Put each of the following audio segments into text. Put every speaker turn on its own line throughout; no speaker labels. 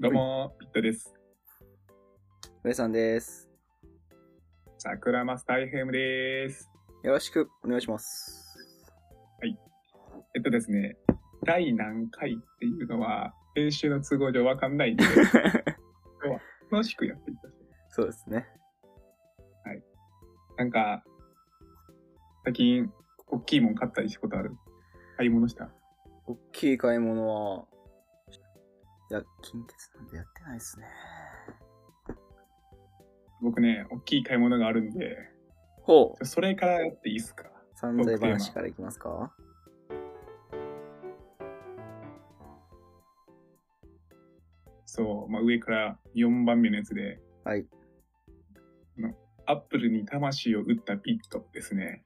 どうも、ピットです。
上さんです。
桜マスター FM です。
よろしくお願いします。
えっとですね、第何回っていうのは、編集の都合上わかんないんで、今日は楽しくやっていきましょ
そうですね。
う。なんか、最近、大きいもん買ったりしたことある買い物した
大きい買い物は、いや、近鉄なんでやってないですね。
僕ね、大きい買い物があるんで、
ほう。
それからやっていいっすか
散財
トークテーマ
話からいきますか
そう、まあ、上から4番目のやつで、
はい。
アップルに魂を打ったピットですね。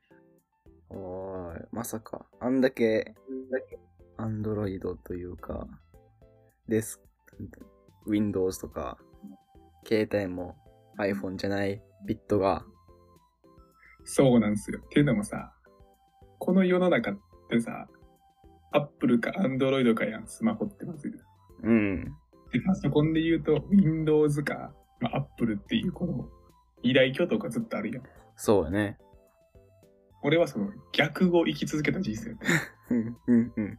おーい、まさか。あんだけ、アンドロイドというか、です。Windows とか、携帯も iPhone じゃないビットが、
そうなんですよ。っていうのもさ、この世の中ってさ、アップルかアンドロイドかやん、スマホってまず。
うん。
で、パソコンで言うと、Windows か、まあ、Apple っていうこの、依頼挙動がずっとあるやん。
そうよね。
俺はその逆を生き続けた人生。
うん、うん、うん。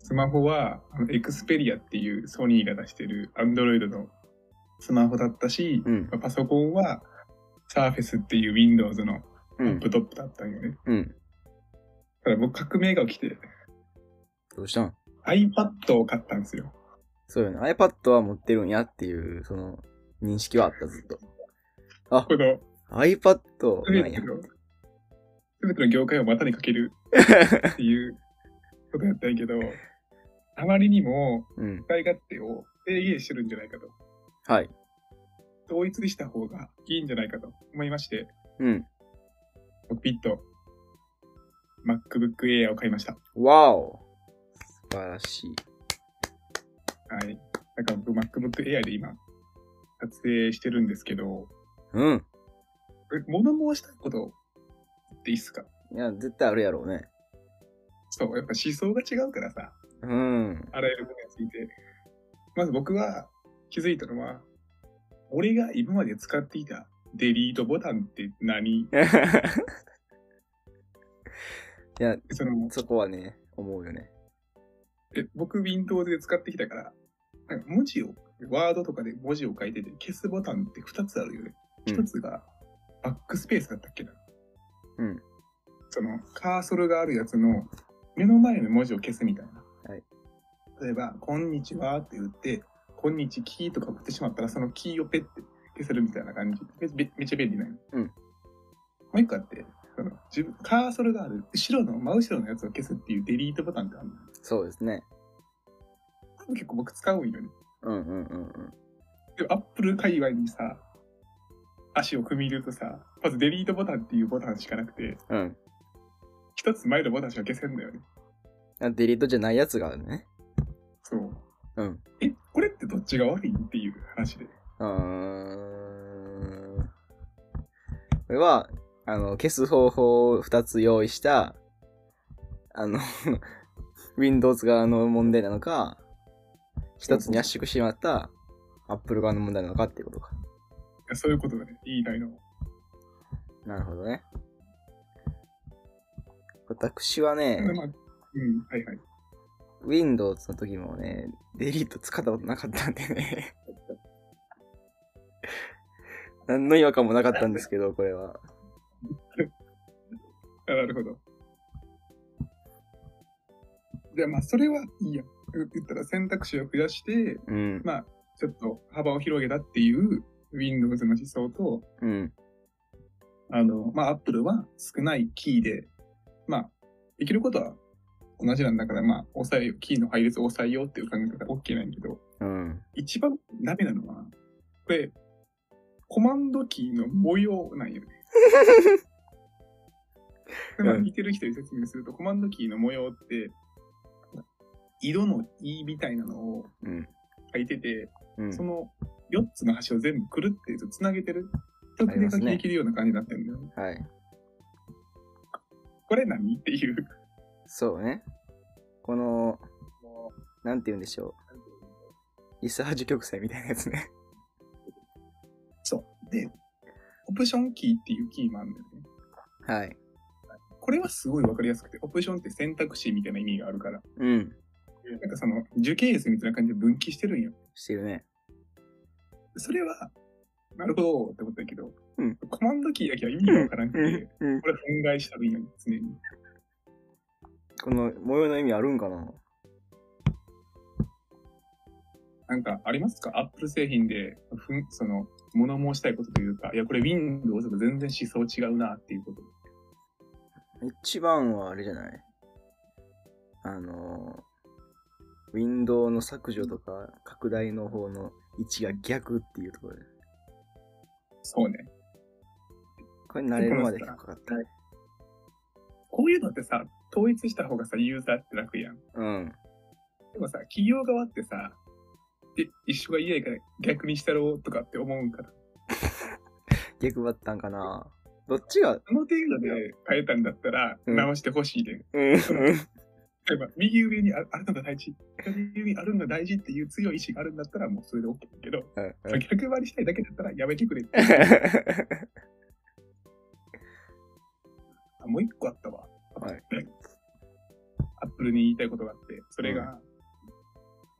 スマホは、あの、Xperia っていうソニーが出してる Android のスマホだったし、
うん、
パソコンは Surface っていう Windows の
う
ト
ん
ップ、トップだったんよね。
うん。
ただ僕革命が起きて、
どうしたん
iPad を買ったんですよ。
そうよね。iPad は持ってるんやっていう、その、認識はあった、ずっと。あ
こ、の
iPad な
全
ん
て
や。
の、全ての業界を股にかけるっていうことやったんやけど、あまりにも
うん。
使い勝手を制限してるんじゃないかと。
はい。
統一した方がいいんじゃないかと思いまして、
うん。
僕ピッと MacBook Air を買いました。
わお素晴らしい。
はい。なんか僕 MacBook Air で今、撮影してるんですけど、
うん。
え物申したいこと言っていいっすか
いや、絶対あるやろうね。
そう、やっぱ思想が違うからさ。
うん。
あらゆることについて。まず僕は気づいたのは、俺が今まで使っていたデリートボタンって何
いや、
その
そこはね、思うよね。
え僕 Windows で使ってきたから、なんか文字を、ワードとかで文字を書いてて消すボタンって2つあるよね。
うん
1つがバックスペースだったっけな。
うん。
そのカーソルがあるやつの目の前の文字を消すみたいな。
はい
例えば、こんにちはって言って、こんにちキーとか送ってしまったら、そのキーをペッて消せるみたいな感じ。めめめっちゃ便利なの。
うん
もう一個あって、その自分カーソルがある後ろの真後ろのやつを消すっていうデリートボタンってあるの。
そうですね。
これ結構僕使うんよね。
うんうんうんうん。
でも、アップル界隈にさ、足を踏み入れるとさ、まずデリートボタンっていうボタンしかなくて、
うん
一つ前のボタンしか消せんだよね。
あ。デリートじゃないやつがあるね。
そう。
うん。
え、これってどっちが悪いっていう話で。
うーん。これは、あの、消す方法を2つ用意した、あの、Windows 側の問題なのか、1つに圧縮してしまった Apple 側の問題なのかっていうことか。
そういうことだね、言いたいの。
なるほどね。私はね、
でまあ、うん、はいはい。
Windows の時もね、デリート使ったことなかったんでね。 何の違和感もなかったんですけど、これは。
あなるほど。じゃあまあ、それはいいや。言ったら選択肢を増やして、
うん。
まあ、ちょっと幅を広げたっていう Windows の思想と、
うん。
あの、まあ、Apple は少ないキーで、まあ、できることは同じなんだから、まあ、抑えよう、キーの配列を抑えようっていう考え方は OK なんだけど、
うん。
一番ダメなのは、これ、コマンドキーの模様なん よね。でまあ、
うん
見てる人に説明すると、コマンドキーの模様って、井戸の E みたいなのを
うん。
書いてて、
うん
その4つの端を全部くるってつなげてる。一つ
あり
で
ま
書
す
き
ね
できるような感じになってるんだよね。
はい。
これ何っていう。
そうね。この、なんて言うんでしょう。イスハージ曲線みたいなやつね。
そう。で、オプションキーっていうキーもあるんだよね。
はい。
これはすごいわかりやすくて、オプションって選択肢みたいな意味があるから、
うん。
なんかその樹形図みたいな感じで分岐してるんよ。
してるね。
それは、なるほどって思ったけど、
うん
コマンドキーだけは意味がわからんくて、
うん。
これ憤慨したらいいのに、常に。
この模様の意味あるんかな
なんかありますかアップル製品で、ふんその、物申したいことというか、いや、これ Windows と全然思想違うなっていうこと。
一番はあれじゃないあのー、ウィンドウの削除とか拡大の方の位置が逆っていうところで。
そうね。
これ慣れるまで引っかかった。
こういうのってさ、統一した方がさ、ユーザーって楽やん。
うん。
でもさ、企業側ってさ、で、一緒が嫌やから逆にしたろうとかって思うんから。
逆ばったんかなどっちが、
その程度で変えたんだったら、
うん
直してほしいで。
うん。
例えば、右上にああるのが大事、左上にあるのが大事っていう強い意志があるんだったら、もうそれで OK だけど、逆張りしたいだけだったらやめてくれって。あもう一個あったわ。
はい
アップルに言いたいことがあって、それが、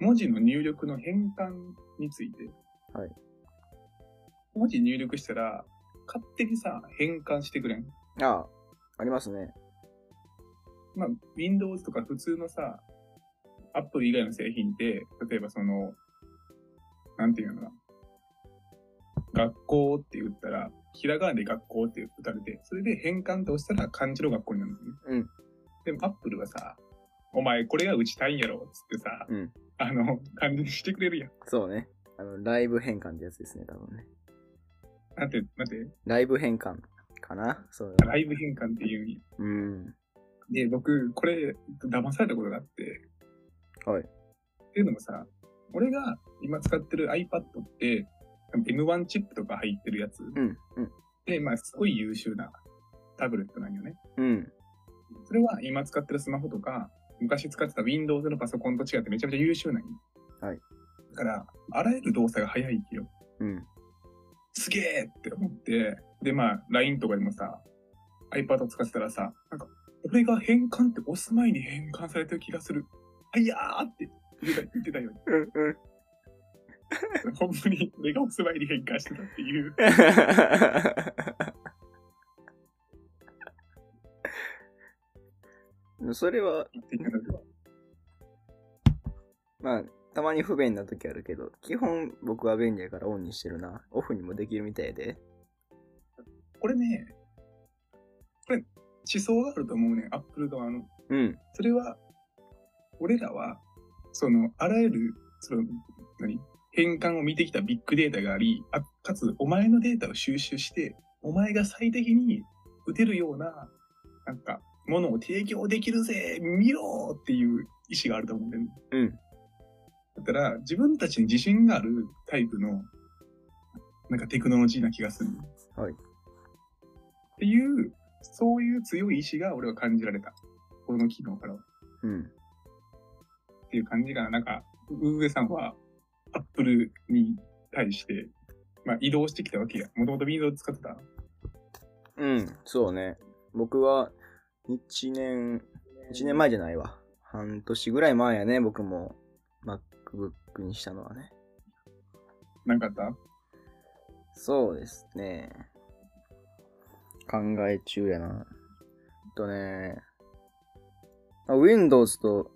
文字の入力の変換について。
はい
文字入力したら、勝手にさ、変換してくれん。
ああ、ありますね。
まあ、Windows とか普通のさ、Apple 以外の製品って、例えばその、なんていうのかな。学校って言ったら、ひらがなで学校って打たれて、それで変換と押したら漢字の学校になるんだよね。
うん。
でも Apple はさ、お前これが打ちたいんやろっつってさ、
うん
あの、漢字にしてくれるやん。
そうね。あの、ライブ変換ってやつですね、多分ね。
なんて、なんて、
ライブ変換かなそうだ
ライブ変換っていう意味。
うん。
で、僕、これ、騙されたことがあって。
はい
っていうのもさ、俺が今使ってる iPad って、M1 チップとか入ってるやつ
うん。うん。
で、まあ、すごい優秀なタブレットなんよね。
うん。
それは今使ってるスマホとか、昔使ってた Windows のパソコンと違ってめちゃめちゃ優秀なんよ。
はい。
だから、あらゆる動作が早いよ。
うん。
すげえって思って、で、まあ、LINE とかでもさ、iPad を使ってたらさ、なんか、俺が変換って押す前に変換されてる気がする。あいやーって言ってた言ってたよね。
うん。うん。
ほんまに俺が押す前に変換してたっていう。
それは、
言っていたので
まあ、たまに不便な時あるけど、基本僕は便利やからオンにしてるな。オフにもできるみたいで。
これね、これ、思想があると思うね、Apple 側の。
うん。
それは、俺らは、その、あらゆる、その、何変換を見てきたビッグデータがあり、あかつ、お前のデータを収集して、お前が最適に打てるような、なんか、ものを提供できるぜ見ろっていう意思があると思うんだよね。
うん。
だから、自分たちに自信があるタイプの、なんかテクノロジーな気がする。
はい
っていう、そういう強い意志が俺は感じられた。この機能からは。
うん。
っていう感じが、なんか、ウーエさんは、アップルに対して、まあ、移動してきたわけや。もともと Windows 使ってた。
うん。そうね。僕は、1年、1年前じゃないわ。半年ぐらい前やね、僕も MacBook にしたのはね。
なんかあった
そうですね。考え中やな。えっとね、あ Windows と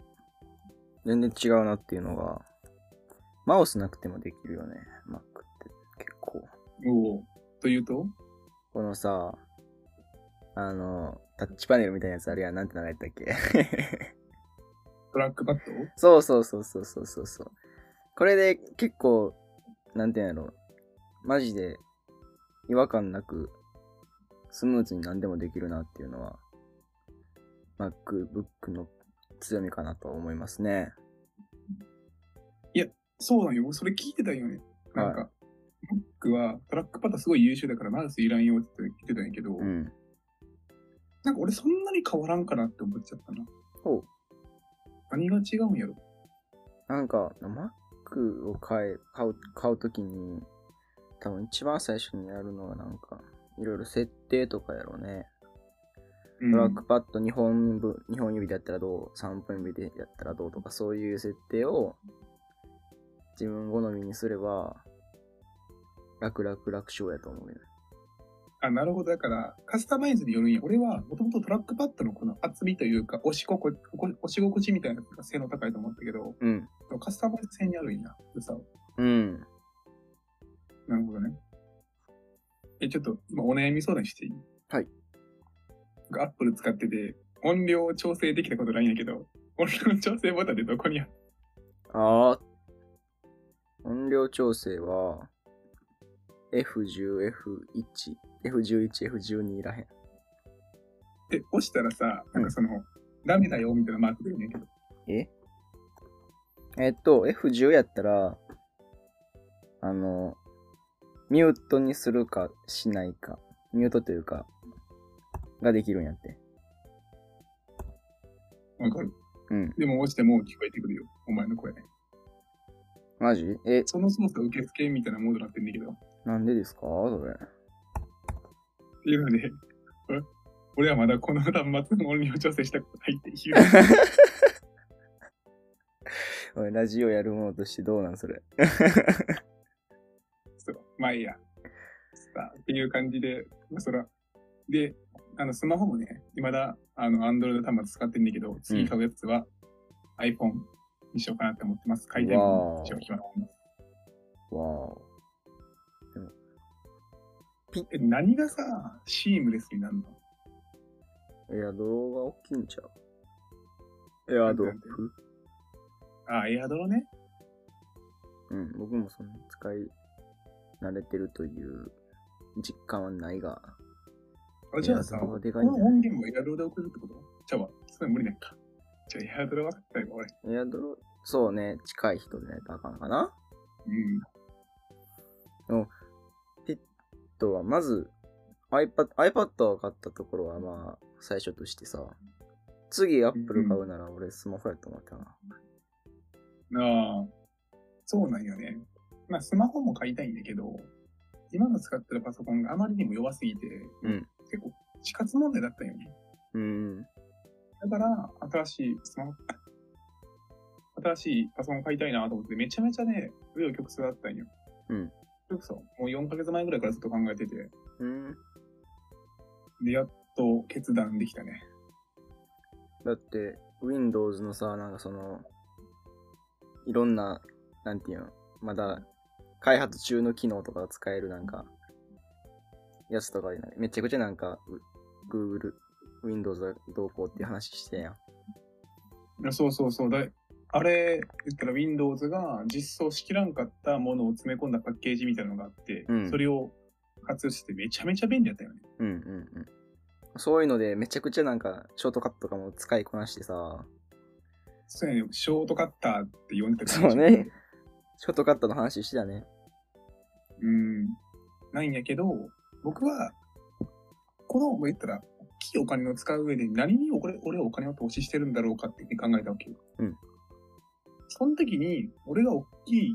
全然違うなっていうのが、マウスなくてもできるよね。Mac って結構。
おお。というと
このさ、あの、タッチパネルみたいなやつあるやん。なんて名前やったっけ
トラックパッド
そうそうそうそうそうそうそう。これで結構、なんていうんやろ。マジで違和感なく、スムーズに何でもできるなっていうのは、MacBook の強みかなと思いますね。
そうなんよ。それ聞いてたよね。なんか、Mac はトラックパッドすごい優秀だからマウスいらんよって言ってたんやけど、
うん。
なんか俺そんなに変わらんかなって思っちゃったな。
ほう。
何が違うんやろ
なんか、Mac 服を買え、買う、買うときに、多分一番最初にやるのはなんか、いろいろ設定とかやろうね。
うん
トラックパッド2本分、2本指でやったらどう、3本指でやったらどうとか、そういう設定を自分好みにすれば、楽々楽勝やと思うよね。
あ、なるほど。だから、カスタマイズによるんや。俺は、もともとトラックパッドのこの厚みというか、押し心地、押し心地みたいなやつが性能高いと思ったけど、
うん。
カスタマイズ性にあるんや。良さを
うん。
なるほどね。え、ちょっと、今お悩み相談していい
はい。
アップル使ってて、音量を調整できたことないんやけど、音量調整ボタンってどこにある
ああ。音量調整は、F10、F1、F11、F12 らへん。
で、押したらさ、なんかその、ダメだよみたいなマーク出るんやけど。
ええっと、F10 やったら、あの、ミュートにするかしないか、ミュートというか、ができるんやって。
わかる。
うん。
でも押しても聞こえてくるよ。お前の声。
マジえ、
その操作受付みたいなモードになってんだけど。
なんでですかそれ。
って いうので、俺俺はまだこの端末の音量調整したことないっていう。
おいラジオやるものとしてどうなんそれ。
そう。まあいいや。さあ、っていう感じで、まあそら。で、あの、スマホもね、未だ、あの、アンドロイド端末使ってんだけど、次買うやつは iPhone にしようかなって思ってます。回転
わー
にしよう決まってます。
わあ。
え、何がさ、シームレスになるの
いや、動画大きいんちゃうエアドロップ
あ、エアドロね。
うん、僕もそんな使い慣れてるという実感はないが。
あ、じゃあさ、
エアドロ
こ
は
の
でかいんじゃない
音源もエアドロで送るってことじゃあ、それ無理なんか。じゃあ、エアドロ分かったよ、俺。
エアドロ、そうね、近い人でないとあかんかな。
うん。
あとは、まず、iPad、iPad を買ったところは、まあ、最初としてさ、次 Apple 買うなら俺スマホやと思ったな。
ああ、そうなんよね。まあ、スマホも買いたいんだけど、今の使ってるパソコンがあまりにも弱すぎて、
うん
結構死活問題だったんよね。
うん。
だから、新しいスマホ、 新しいパソコン買いたいなと思って、めちゃめちゃね、紆余曲折だったんよ。
うん。
それこそ、もう4ヶ月前ぐらいからずっと考えてて、
うん。
で、やっと決断できたね。
だって、Windows のさ、なんかその、いろんな、なんていうの、まだ、開発中の機能とかが使えるなんか、やつとかでない、めちゃくちゃなんか、う Google、Windows がどうこうっていう話してんやん。
いやそうそうそう。だいあれ、言ったら Windows が実装しきらんかったものを詰め込んだパッケージみたいなのがあって、
うん
それを活用してめちゃめちゃ便利だったよね。
うんうんうん。そういうので、めちゃくちゃなんか、ショートカットとかも使いこなしてさ、
そうやね、ショートカッターって呼んでた
そうね。ショートカットの話してたね。
うん。ないんやけど、僕は、この、言ったら、大きいお金を使う上で何に俺俺はお金を投資してるんだろうかって考えたわけよ。
うん。
その時に、俺が大きい、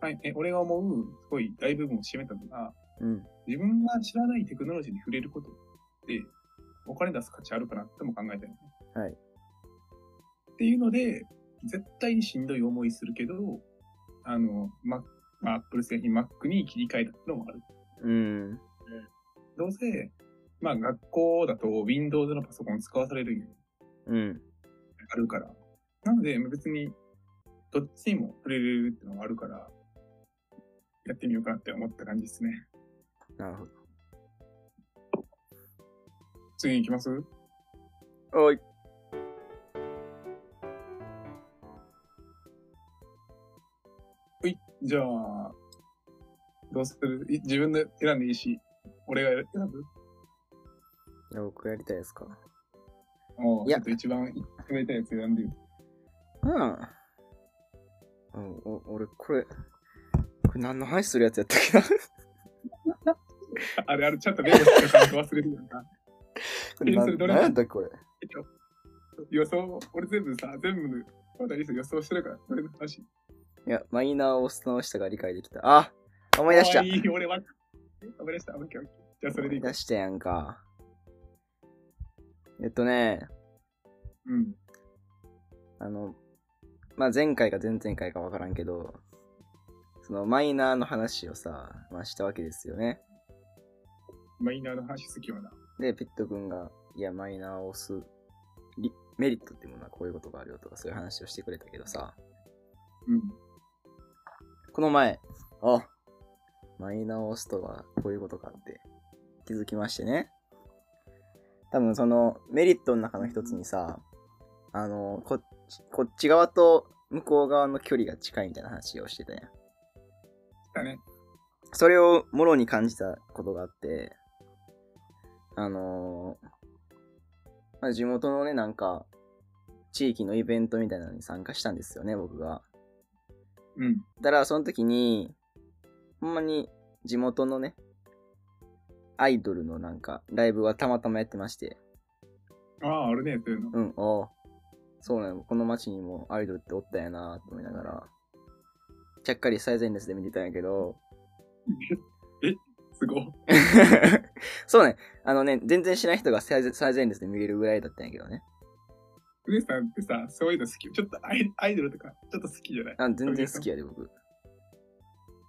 はい、え俺が思う、すごい大部分を占めたのが、
うん。
自分が知らないテクノロジーに触れることで、お金出す価値あるかなっても考えたよね。
はい
っていうので、絶対にしんどい思いするけど、あの、マまあ、Apple 製品 Mac に切り替えたってのもある。
うん。
どうせ、まあ学校だと Windows のパソコン使わされるよ
うん。
あるから。なので、まあ別に、どっちにも触れるってのがあるから、やってみようかなって思った感じですね。
なるほど
次行きます。
おい。
じゃあ、どうするい自分で選んでいいし、俺が選ぶ
いや、僕やりたいですか。
もう
い
ち
や
ょっと一番決めたいやつ選んでよ。
うん。うん、お俺、これ、これ何の話するやつやったっけなこ
ああれ、あれ、ちょっとメモしてたから忘れるよな。
れ
えそれ
何
どれ
何やったっけ、これ。
予想、俺全部さ、全部の、まだリスト予想してるから、それの話。
いや、マイナーを押し直したが理解できた。あ思い出した
あいい、俺は。思い出した。オッケーオッケーじゃあ、それでいい
思い出したやんか。えっとね、
うん。
あの、まあ、前回か前々回かわからんけど、そのマイナーの話をさ、まあ、したわけですよね。
マイナーの話好きよな。
で、ピット君が、いや、マイナーを押すリメリットってものはこういうことがあるよとかそういう話をしてくれたけどさ、
うん。
この前、あ、マイナーを押すとはこういうことかって気づきましてね。多分そのメリットの中の一つにさ、あの、こっちこっち側と向こう側の距離が近いみたいな話をしてたやん。
だね。
それをもろに感じたことがあって、あのーまあ、地元のね、なんか、地域のイベントみたいなのに参加したんですよね、僕が。
うん。
だから、その時に、ほんまに地元のね、アイドルのなんか、ライブはたまたまやってまして、
ああ、あるね、そういうの。
うん、おうそうなの、この街にもアイドルっておったんやなと思いながら、ちゃっかり最前列で見てたんやけど、
すごい。
そうね。あのね、全然知らない人が最前最前列で見れるぐらいだったんやけどね。
上さんってさ、そういうの好き。ちょっとアイアイドルとか、ちょっと好きじゃない
あ全然好きやで、僕。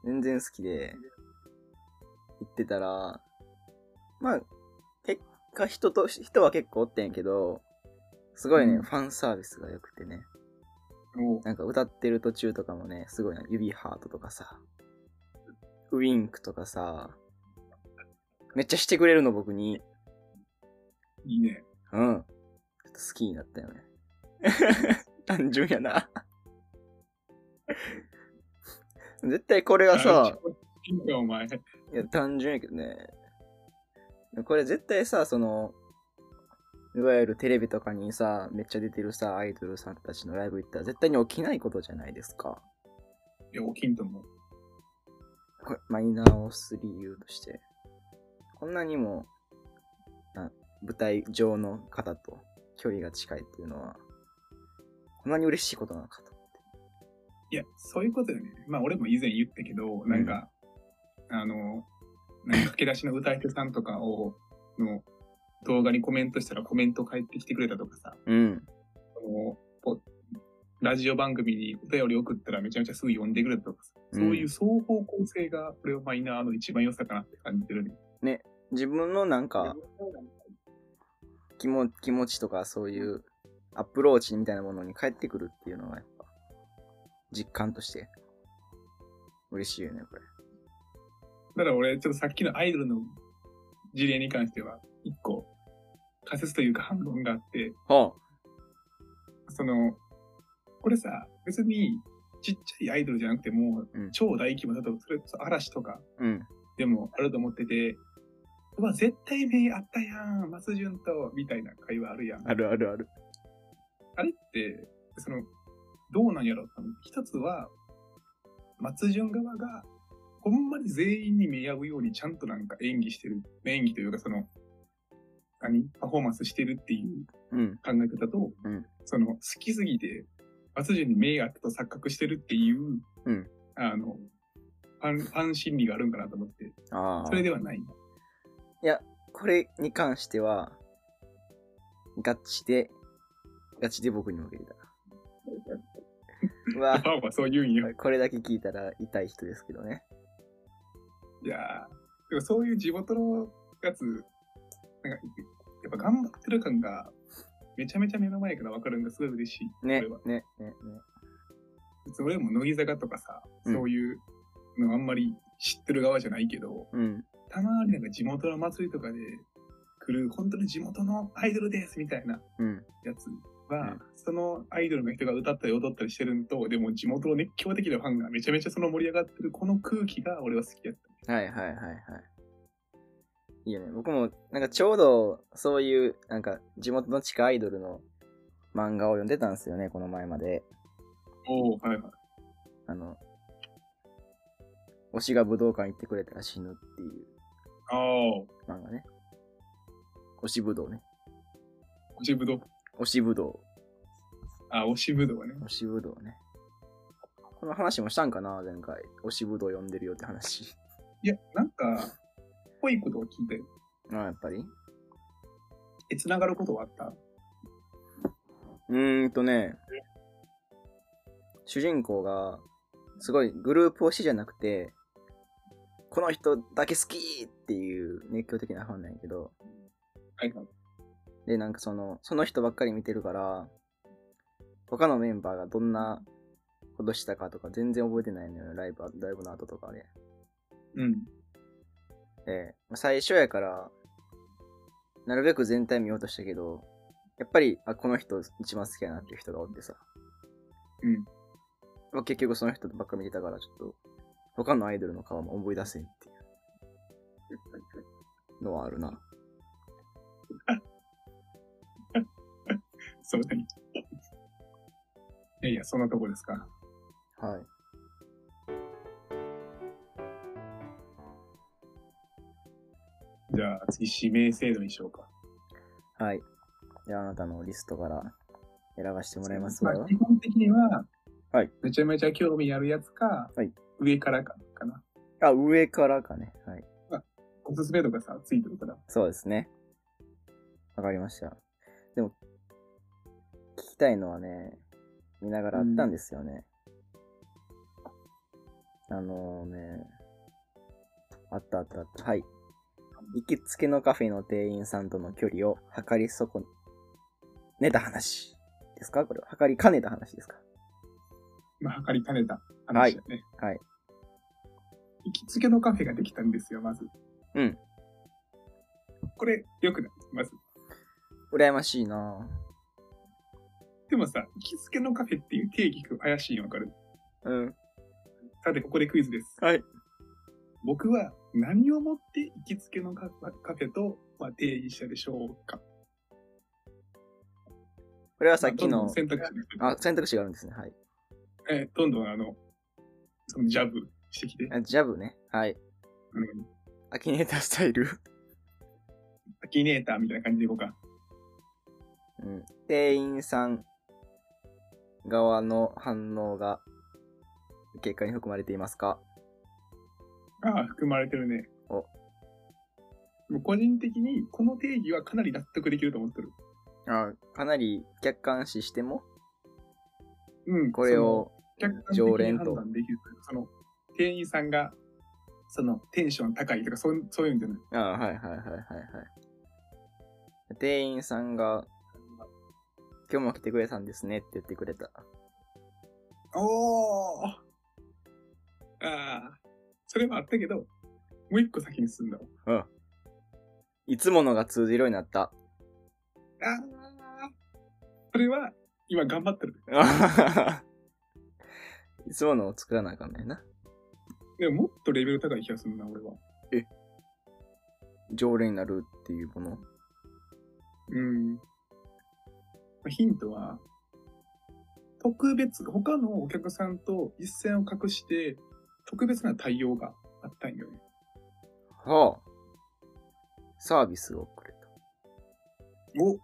全然好きで、行ってたら、まあ、結果人と、人は結構おってんやけど、すごいね、
うん
ファンサービスが良くてね。
も
なんか歌ってる途中とかもね、すごいな、指ハートとかさ、ウインクとかさ、めっちゃしてくれるの、僕に。
う、いいね。
うん。ちょっと好きになったよね。単純やな。絶対これはさ、
あ、いいよお前。
いや単純やけどね。これ絶対さ、その、いわゆるテレビとかにさ、めっちゃ出てるさ、アイドルさんたちのライブ行ったら絶対に起きないことじゃないですか。
いや、大きいと思う。
これマイナーを押す理由として。こんなにも、な舞台上の方と距離が近いっていうのは、こんなに嬉しいことなのかと。
いや、そういうことよね。まあ、俺も以前言ったけど、なんか、あの、なんか駆け出しの歌い手さんとかを、の動画にコメントしたらコメント返ってきてくれたとかさ、
うん。
そのポラジオ番組にお便り送ったらめちゃめちゃすぐ読んでくれたとかさ、
うん
そういう双方向性が、これをマイナーの一番良さかなって感じてるね。
自分のなんか気も気持ちとかそういうアプローチみたいなものに返ってくるっていうのがやっぱ実感として嬉しいよね、これ。
だから俺、ちょっとさっきのアイドルの事例に関しては、一個仮説というか反論があって、
ほ
その、これさ、別にちっちゃいアイドルじゃなくても、
うん
超大規模だと、それこそ嵐とか
う。うん。
でもあると思ってて、うわ、絶対名あったやん、松潤と、みたいな会話あるやん。
あるあるある。
あれって、その、どうなんやろって思って一つは、松潤側が、ほんまに全員に見合うようにちゃんとなんか演技してる、演技というかその、何パフォーマンスしてるっていう
うん。
考え方と、
うん
その、好きすぎて、松潤に名があったと錯覚してるっていう、
うん
あの、ファン、ファン心理があるんかなと思って、
ああ
そ。れではない。
これに関しては、ガチで、ガチで僕にも受け た。う
フ
わ、
ァンはそう言うんよ。
これだけ聞いたら痛い人ですけどね。
いやーでもそういう地元のやつ、なんか、やっぱ頑張ってる感が、めちゃめちゃ目の前から分かるのがすごい嬉しい。
ね
これは、
ね、ね、ね。
別に俺も乃木坂とかさ、
うん
そういうのあんまり知ってる側じゃないけど、
うん。
たまになんか地元の祭りとかで来る、本当に地元のアイドルですみたいな
うん。
やつは、
うん
そのアイドルの人が歌ったり踊ったりしてるのと、でも地元の熱狂的なファンがめちゃめちゃその盛り上がってるこの空気が俺は好きやった。
はいはいはいはい。いいよね。僕も、なんかちょうど、そういう、なんか、地元の地下アイドルの漫画を読んでたんですよね、この前まで。
おおはいはい。
あの、推しが武道館行ってくれたら死ぬっていう
ああ、
漫画ね。推し武道ね。
推しぶどう
推し武道。
あ、押しぶどうね。
推し武道ね。この話もしたんかな前回。推しぶどう読んでるよって話。
いや、なんか、ぽいことは聞いて、
あやっぱり
え、繋がることはあった
うーんとね、主人公が、すごいグループ推しじゃなくて、この人だけ好きっていう熱狂的なファンなんやけど、
はいはい。
で、なんかその、その人ばっかり見てるから、他のメンバーがどんなことしたかとか全然覚えてないのよ、ライブ、ライブの後とかで。
うん。
で、まあ最初やから、なるべく全体見ようとしたけど、やっぱり、あ、この人一番好きやなっていう人がおってさ。
うん。
まあ、結局その人ばっか見てたから、ちょっと、他のアイドルの顔も思い出せんっていうのはあるな。
そうだね。いやいや、そんなとこですか。
はい。
じゃあ、次、指名制度にしようか。
はい。じゃあ、あなたのリストから選ばせてもらいます
ま
わ。
あ、基本的には、
はい。
めちゃめちゃ興味あるやつか、
はい
上からか、かな。
あ、上からかね。はい。
おすすめとかさ、ついてるから。
そうですね。わかりました。でも、聞きたいのはね、見ながらあったんですよね。あのね、あったあったあった。はい。行きつけのカフェの店員さんとの距離を測り損ねた話ですかこれは。測りかねた話ですか
まあ、測りかねた話だね。
はいはい
行きつけのカフェができたんですよ、まず。
うん。
これ、よくないまず。
羨ましいな
でもさ、行きつけのカフェっていう定義が怪しいのわかる
ぁ。うん。
さて、ここでクイズです。
はい。
僕は何をもって行きつけのカカフェと、まあ、定義したでしょうか
これはさっき
どんどん
の、
選択肢
あ、選択肢があるんですね。はい。
えーどんどんあの、そのジャブしてきて、
あジャブね。はい。
あの、
アキネータースタイル。
アキネーターみたいな感じでいこうか。
うん、店員さん側の反応が結果に含まれていますか
ああ、含まれてるね。
お
でも個人的にこの定義はかなり納得できると思ってる。
あかなり客観視しても
うん、
これを
その客観的に
常連と
判断できる。その、店員さんが、その、テンション高いとか、そういうそういうんじゃない。
あはいはいはいはいはい店員さんが「今日も来てくれたんですね」って言ってくれた
おーああ、それもあったけど、もう一個先に進んだわ。
いつものが通じるようになった
ああ、それは、今頑張ってる。
あははいつものを作らなあかんないな
でももっとレベル高い気がするな、俺は。
常連になるっていうもの
うん。まあヒントは、特別、他のお客さんと一線を隠して、特別な対応があったんよね。
はあサービスをくれた
お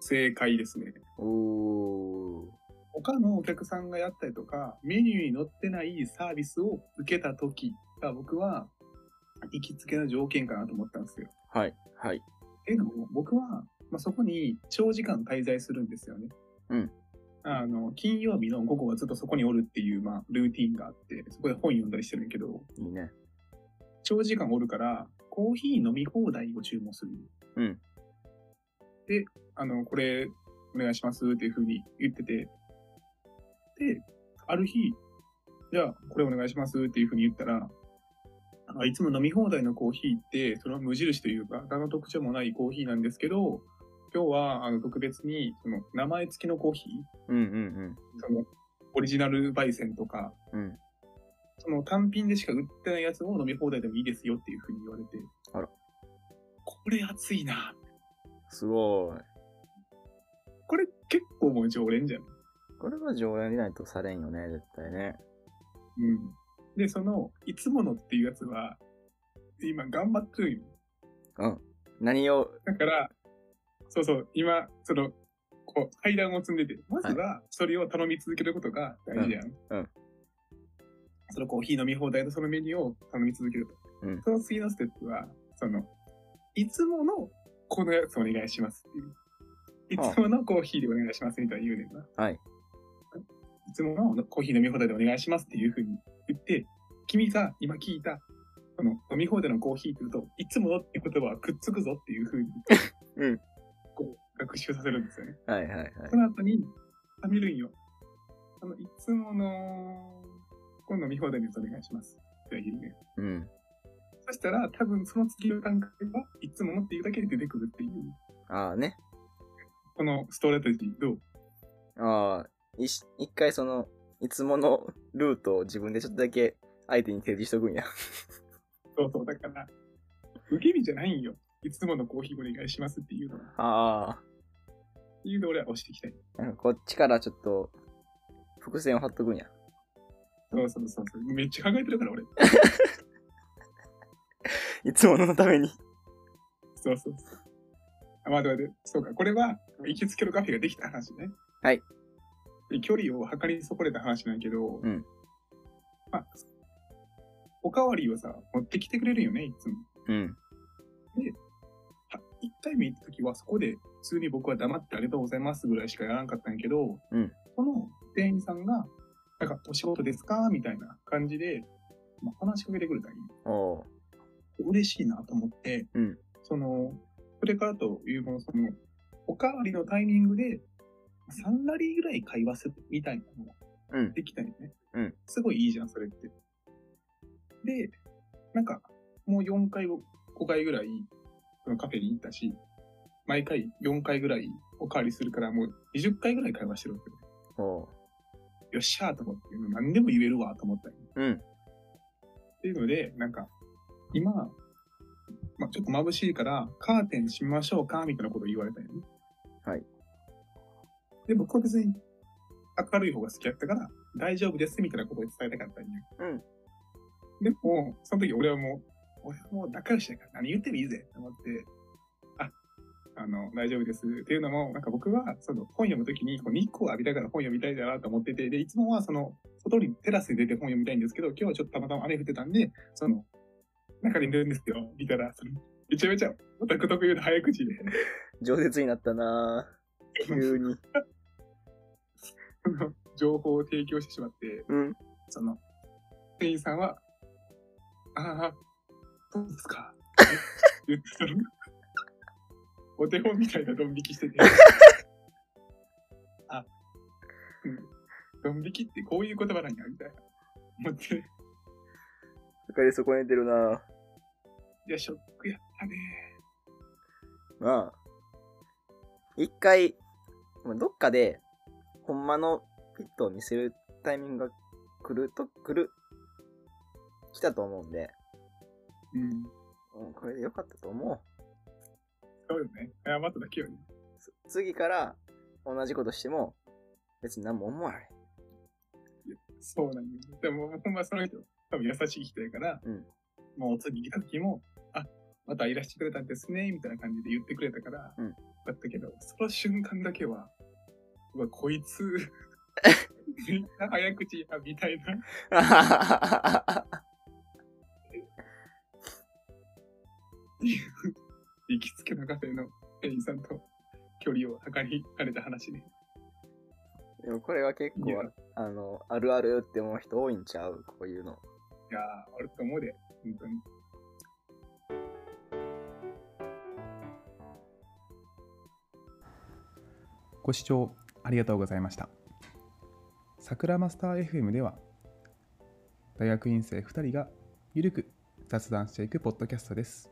正解ですね。
おー
他のお客さんがやったりとか、メニューに載ってないサービスを受けた時が僕は、行きつけの条件かなと思ったんですよ。
はいはい
っていうのも、僕は、まあ、そこに長時間滞在するんですよね。
うん。
あの、金曜日の午後はずっとそこにおるっていう、まあ、ルーティンがあって、そこで本読んだりしてるんやけど、
いいね。
長時間おるから、コーヒー飲み放題を注文する。
うん。
で、あの、これ、お願いしますっていうふうに言ってて、で、ある日、じゃあ、これお願いしますっていうふうに言ったら、あいつも飲み放題のコーヒーって、その無印というか、何の特徴もないコーヒーなんですけど、今日は、あの、特別に、その、名前付きのコーヒー、
うんうん
その、オリジナル焙煎とか、
うん。うん。
その単品でしか売ってないやつを飲み放題でもいいですよっていうふうに言われて。
あら。
これ熱いな。
すごい。
これ結構もう常連じゃん。
これは常連でないとされんよね、絶対ね。
うん。で、その、いつものっていうやつは、今頑張ってるよ。
うん。何を、
だから、そうそう、今、その、こう、階段を積んでて、まずは、それを頼み続けることが大事やん。
うんうん
そのコーヒー飲み放題のそのメニューを頼み続けると。
うん
その次のステップは、その、いつもの、このやつお願いしますっていう。い
はあ
つものコーヒーでお願いしますみたいな言うねんな。
はい。
いつものコーヒー飲み放題でお願いしますっていうふうに言って、君が今聞いた、その飲み放題のコーヒーって言うと、いつものって言葉はくっつくぞっていうふうに、
うん
こう、学習させるんですよね。
はいはいはい。
その後に、あ、見るんよ。あの、いつもの、今度見放題のやつお願いします。って言うね。
うん。
そしたら、多分その次の段階は、いつものっていうだけで出てくるっていう、
ああね。
このストラテジー、どう
ああ、いし一回その、いつものルートを自分でちょっとだけ相手に提示しとくんや。
そうそう、だから、受け身じゃないんよ。いつものコーヒーお願いしますっていうのは。
あ
っていうのを俺は押していきたい。
あ。なんかこっちからちょっと、伏線を張っとくんや。
そうそうそうそう。めっちゃ考えてるから、俺。
いつもののために。
そうそうそう。あ、待って待って。そうか。これは、行きつけのカフェができた話ね。
はい。
で距離を測り損ねた話なんやけど、
うん
まあ、おかわりをさ、持ってきてくれるよね、いつも。
うん。
は一回目行った時は、そこで、普通に僕は黙ってありがとうございますぐらいしかやらなかったんやけど、
うん
その店員さんが、なんか、お仕事ですかみたいな感じで、まあ、話しかけてくれたり、
おう。
嬉しいなと思って、
うん
その、これからというもの、その、おかわりのタイミングで、3割ぐらい会話するみたいなのが
うん。
できたよね。
うん
すごいいいじゃん、それって。で、なんか、もう4回、5回ぐらい、そのカフェに行ったし、毎回4回ぐらいおかわりするから、もう20回ぐらい会話してるわけよ。
おう。
よっしゃーと思って、何でも言えるわと思ったよ
うん。
っていうので、なんか、今、まあ、ちょっと眩しいから、カーテン閉めましょうか、みたいなことを言われたよね。
はい。
で、僕は別に明るい方が好きだったから、大丈夫です、みたいなことを伝えたかったんよ。
うん。
でも、その時俺はもう、俺はもう仲良しだから何言ってもいいぜ、と思って、あ、あの、大丈夫です。っていうのも、なんか僕は、その本読む時に、こう日光を浴びたから本読みたいだなと思ってて、で、いつもはその、外にテラスに出て本読みたいんですけど、今日はちょっとたまたま雨降ってたんで、その、中にいるんですよ、見たら、その、めちゃめちゃ、オタク特有の早口で、
饒舌になったなぁ急に。
その情報を提供してしまって、
うん。
その、店員さんは、ああ、そうですか。言って、その、お手本みたいなドン引きして て、あ、うん、ドン引きってこういう言葉なんや、みたいな。思って、
かり損ねてるなぁ
いや、ショックやったね。
まあ、一回、まあどっかで、ほんまのピットを見せるタイミングが来ると、来る、来たと思うんで、
うん。
うん、これでよかったと思う。
そうよね。謝っただけよね。
つ次から、同じことしても、別に何も思わない。
そうなんだよ。でも、ほんまその人、多分優しい人やから、
うん
もう次来た時も、あ、またいらしてくれたんですね、みたいな感じで言ってくれたから、
うん
よかったけど、その瞬間だけは、うわ、こいつ、 みんな早口や、みたいな。行きつけのカフェの店員さんと距離を測りかれた話ね。
でもこれは結
いや、い
構、あの、あるあるって思う人多いんちゃうこういうの。
やー、俺と思うで、本当に。
ご視聴ありがとうございました。桜マスター FM では大学院生2人がゆるく雑談していくポッドキャストです。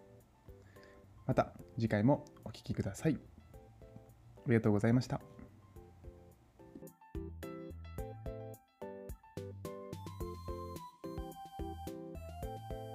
また次回もお聴きください。ありがとうございました。